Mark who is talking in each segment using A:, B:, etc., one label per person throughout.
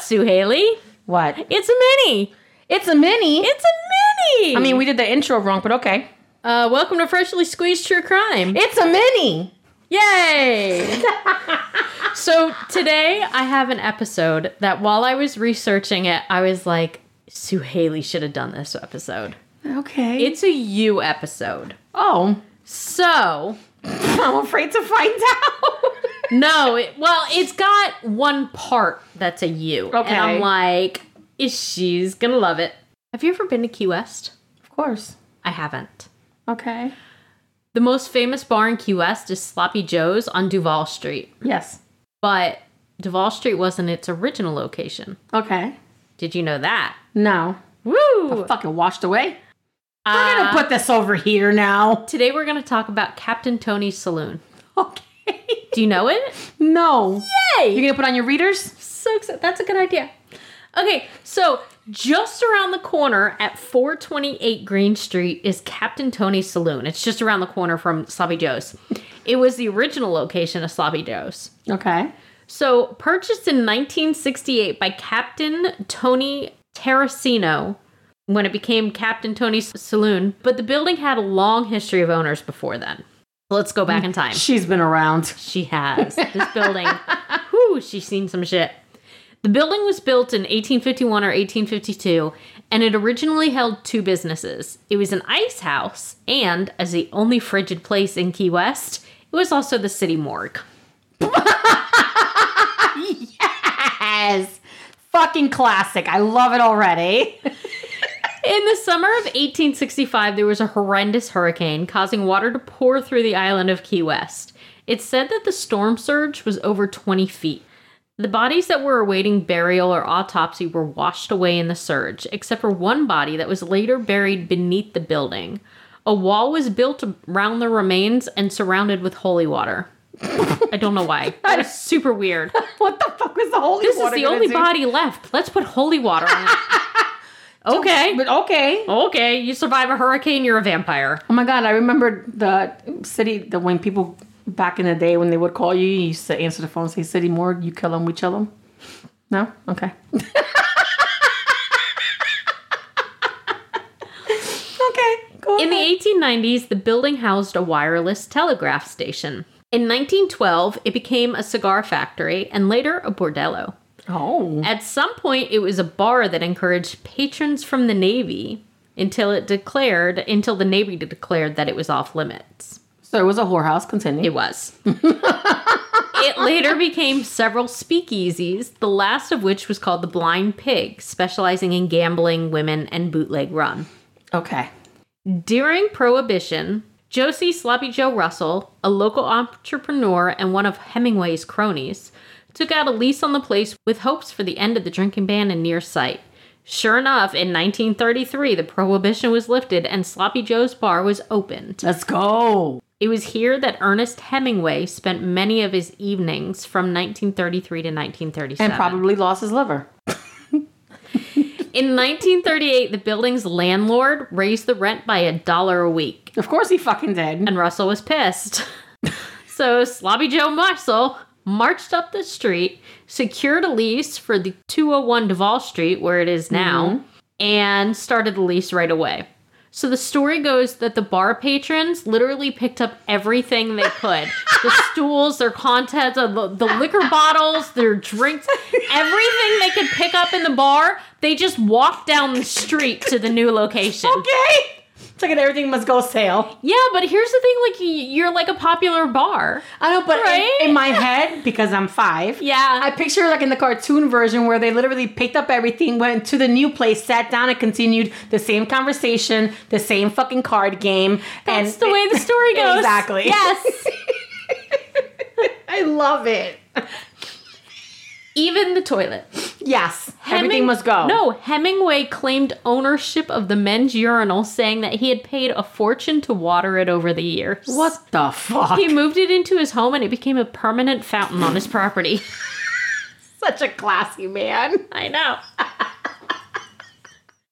A: Sue Haley?
B: What?
A: It's a mini.
B: It's a mini.
A: It's a mini.
B: I mean, we did the intro wrong, but okay.
A: uh, welcome to Freshly Squeezed True Crime.
B: It's a mini.
A: Yay! so today I have an episode that while I was researching it, I was like, Sue Haley should have done this episode.
B: Okay.
A: It's a you episode.
B: oh,
A: So
B: I'm afraid to find out.
A: no, it, well, it's got one part that's a you,
B: Okay.
A: and I'm like, is she's gonna love it? Have you ever been to Key West?
B: of course.
A: I haven't.
B: Okay.
A: The most famous bar in Key West is Sloppy Joe's on Duval Street,
B: Yes.
A: but Duval Street wasn't its original location.
B: Okay.
A: Did you know that?
B: No.
A: Woo!
B: Fucking washed away. We're gonna put this over here now.
A: today we're going to talk about Captain Tony's Saloon.
B: Okay.
A: Do you know it?
B: No.
A: Hey!
B: You're
A: You're
B: gonna put on your readers?
A: so excited. That's a good idea. Okay, so just around the corner at 428 Green Street is Captain Tony's Saloon. It's just around the corner from Sloppy Joe's. It was the original location of Sloppy Joe's.
B: Okay.
A: So, purchased in 1968 by Captain Tony Terracino when it became Captain Tony's Saloon, but the building had a long history of owners before then. Let's go back in time.
B: She's been around.
A: She has. This building, whoo, she's seen some shit. The building was built in 1851 or 1852, and it originally held two businesses. It was an ice house, and as the only frigid place in Key West, it was also the city morgue.
B: Yes. Fucking classic. I love it already.
A: In the summer of 1865, there was a horrendous hurricane causing water to pour through the island of Key West. It's said that the storm surge was over 20 feet. The bodies that were awaiting burial or autopsy were washed away in the surge, except for one body that was later buried beneath the building. A wall was built around the remains and surrounded with holy water. I don't know why. That was super weird.
B: What the fuck was the holy
A: This is
B: water
A: the
B: gonna
A: only
B: do?
A: body left. Let's put holy water on it. Okay.
B: But okay.
A: Oh, Okay, you survive a hurricane, you're a vampire.
B: Oh my god, I remember the city the when people back in the day when they would call you, you used to answer the phone and say city morgue, you kill them, we chill them. No? Okay. okay. Go
A: In the
B: ahead.
A: 1890s, the building housed a wireless telegraph station. In 1912, it became a cigar factory and later a bordello.
B: Oh.
A: At some point, it was a bar that encouraged patrons from the Navy until it declared, until the Navy declared that it was off limits.
B: So it was a whorehouse, continue.
A: It was. it later became several speakeasies, the last of which was called the Blind Pig, specializing in gambling, women, and bootleg rum.
B: Okay.
A: During Prohibition, Josie Sloppy Joe Russell, a local entrepreneur and one of Hemingway's cronies, took out a lease on the place with hopes for the end of the drinking ban in near sight. Sure enough, in 1933, the prohibition was lifted and Sloppy Joe's bar was opened.
B: Let's go.
A: It was here that Ernest Hemingway spent many of his evenings from 1933 to 1937.
B: And probably lost his liver.
A: In 1938, the building's landlord raised the rent by a dollar a week.
B: Of course he fucking did.
A: and Russell was pissed. so Sloppy Joe Marshall marched up the street, secured a lease for the 201 Duval Street, where it is now, and started the lease right away. So the story goes that the bar patrons literally picked up everything they could the stools, their contents, uh, the, the liquor bottles, their drinks, everything they could pick up in the bar. They just walked down the street to the new location.
B: Okay. It's like an everything must go sale.
A: Yeah, but here's the thing: like y- you're like a popular bar.
B: I know, but in-
A: Right?
B: in, my head, because I'm five,
A: Yeah,
B: I picture like in the cartoon version where they literally picked up everything, went to the new place, sat down, and continued the same conversation, the same fucking card game. and
A: that's the way the story goes.
B: Exactly.
A: Yes.
B: I love it.
A: Even the toilet.
B: Yes, everything
A: Heming-
B: must go.
A: No, Hemingway claimed ownership of the men's urinal, saying that he had paid a fortune to water it over the years.
B: What the fuck?
A: He moved it into his home, and it became a permanent fountain on his property.
B: Such a classy man.
A: I know.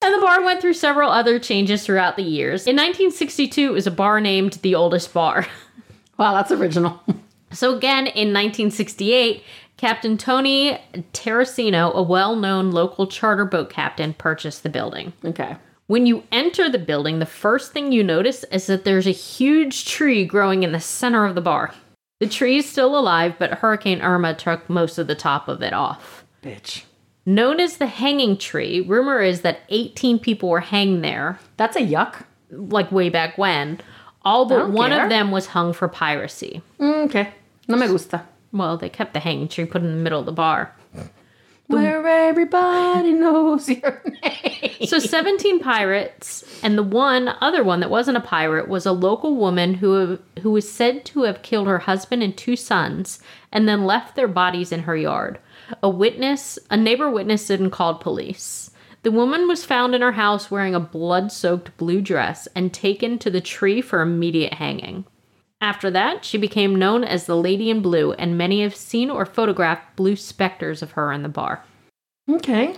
A: and the bar went through several other changes throughout the years. In 1962, it was a bar named the Oldest Bar.
B: Wow, that's original.
A: So again, in 1968, Captain Tony Terracino, a well-known local charter boat captain, purchased the building.
B: Okay.
A: When you enter the building, the first thing you notice is that there's a huge tree growing in the center of the bar. The tree is still alive, but Hurricane Irma took most of the top of it off.
B: Bitch.
A: Known as the hanging tree, rumor is that 18 people were hanged there,
B: That's a yuck.
A: like way back when. All but
B: don't
A: one
B: care.
A: of them was hung for piracy.
B: Mm, Okay. No me gusta.
A: Well, they kept the hanging tree put in the middle of the bar.
B: Where everybody knows your name.
A: So 17 pirates, and the one other one that wasn't a pirate was a local woman who who was said to have killed her husband and two sons, and then left their bodies in her yard. A witness, a neighbor witnessed it and called police. The woman was found in her house wearing a blood-soaked blue dress and taken to the tree for immediate hanging. After that, she became known as the Lady in Blue, and many have seen or photographed blue specters of her in the bar.
B: Okay.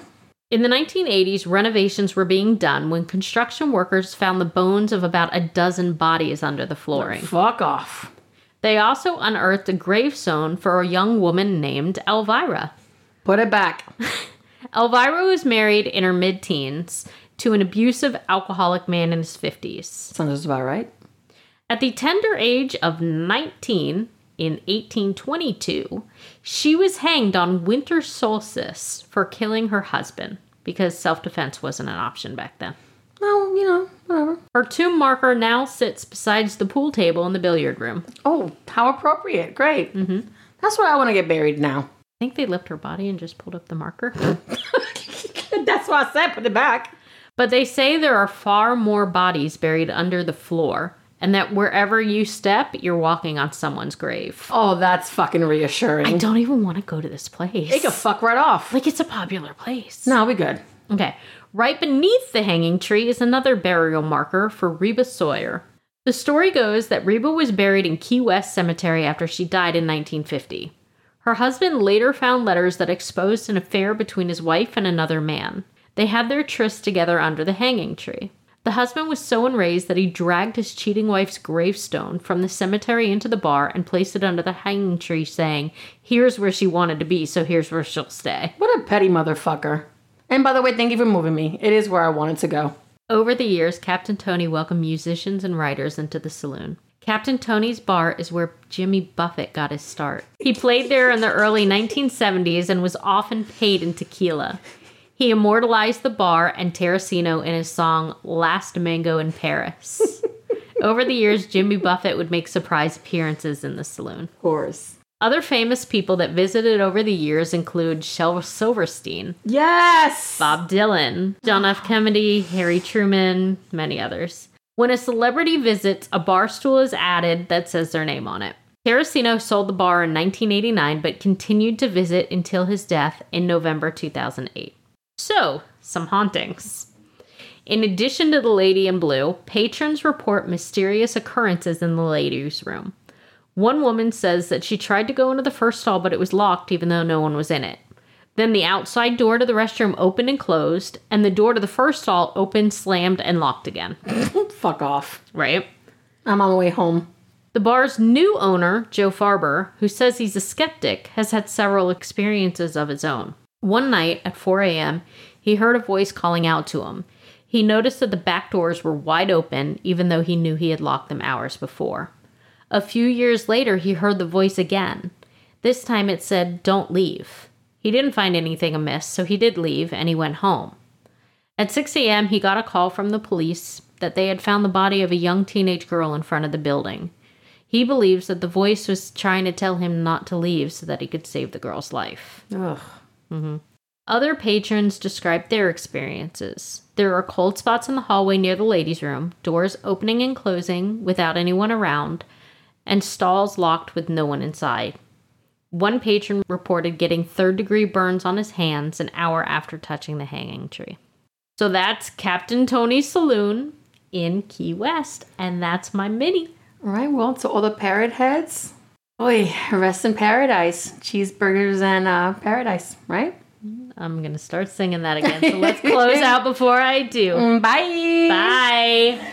A: In the 1980s, renovations were being done when construction workers found the bones of about a dozen bodies under the flooring.
B: Fuck off.
A: They also unearthed a gravestone for a young woman named Elvira.
B: Put it back.
A: Elvira was married in her mid teens to an abusive alcoholic man in his 50s.
B: Sounds just about right.
A: At the tender age of 19 in 1822, she was hanged on winter solstice for killing her husband because self defense wasn't an option back then.
B: No, you know, whatever.
A: Her tomb marker now sits besides the pool table in the billiard room. I
B: Oh, how appropriate. Great. Mm-hmm. That's where I want to get buried now.
A: think they lifted her body and just pulled up the marker.
B: That's why I said put it back.
A: but they say there are far more bodies buried under the floor, and that wherever you step, you're walking on someone's grave.
B: Oh, that's fucking reassuring.
A: I don't even want to go to this place.
B: Take a fuck right off.
A: like it's a popular place.
B: No, we good.
A: Okay. Right beneath the hanging tree is another burial marker for Reba Sawyer. The story goes that Reba was buried in Key West Cemetery after she died in 1950. Her husband later found letters that exposed an affair between his wife and another man. They had their tryst together under the hanging tree. The husband was so enraged that he dragged his cheating wife's gravestone from the cemetery into the bar and placed it under the hanging tree, saying, Here's where she wanted to be, so here's where she'll stay.
B: What a petty motherfucker. And by the way, thank you for moving me. It is where I wanted to go.
A: Over the years, Captain Tony welcomed musicians and writers into the saloon. Captain Tony's bar is where Jimmy Buffett got his start. He played there in the early 1970s and was often paid in tequila. He immortalized the bar and Terracino in his song Last Mango in Paris. Over the years, Jimmy Buffett would make surprise appearances in the saloon.
B: Horse.
A: Other famous people that visited over the years include Shel Silverstein,
B: Yes.
A: Bob Dylan, John F. Kennedy, Harry Truman, many others. When a celebrity visits, a bar stool is added that says their name on it. Terracino sold the bar in 1989 but continued to visit until his death in November 2008. So, some hauntings. In addition to the lady in blue, patrons report mysterious occurrences in the ladies' room. One woman says that she tried to go into the first stall, but it was locked even though no one was in it. Then the outside door to the restroom opened and closed, and the door to the first stall opened, slammed, and locked again.
B: Fuck off.
A: Right?
B: I'm on my way home.
A: The bar's new owner, Joe Farber, who says he's a skeptic, has had several experiences of his own. One night at 4 a.m., he heard a voice calling out to him. He noticed that the back doors were wide open, even though he knew he had locked them hours before. A few years later, he heard the voice again. This time it said, Don't leave. He didn't find anything amiss, so he did leave and he went home. At 6 a.m., he got a call from the police that they had found the body of a young teenage girl in front of the building. He believes that the voice was trying to tell him not to leave so that he could save the girl's life.
B: Ugh.
A: Other patrons describe their experiences. There are cold spots in the hallway near the ladies' room, doors opening and closing without anyone around, and stalls locked with no one inside. One patron reported getting third degree burns on his hands an hour after touching the hanging tree. So that's Captain Tony's Saloon in Key West, and that's my mini.
B: All right, well, to all the parrot heads, oi, rest in paradise. Cheeseburgers and uh, paradise, right?
A: I'm going to start singing that again. So let's close out before I do.
B: Mm, Bye.
A: Bye.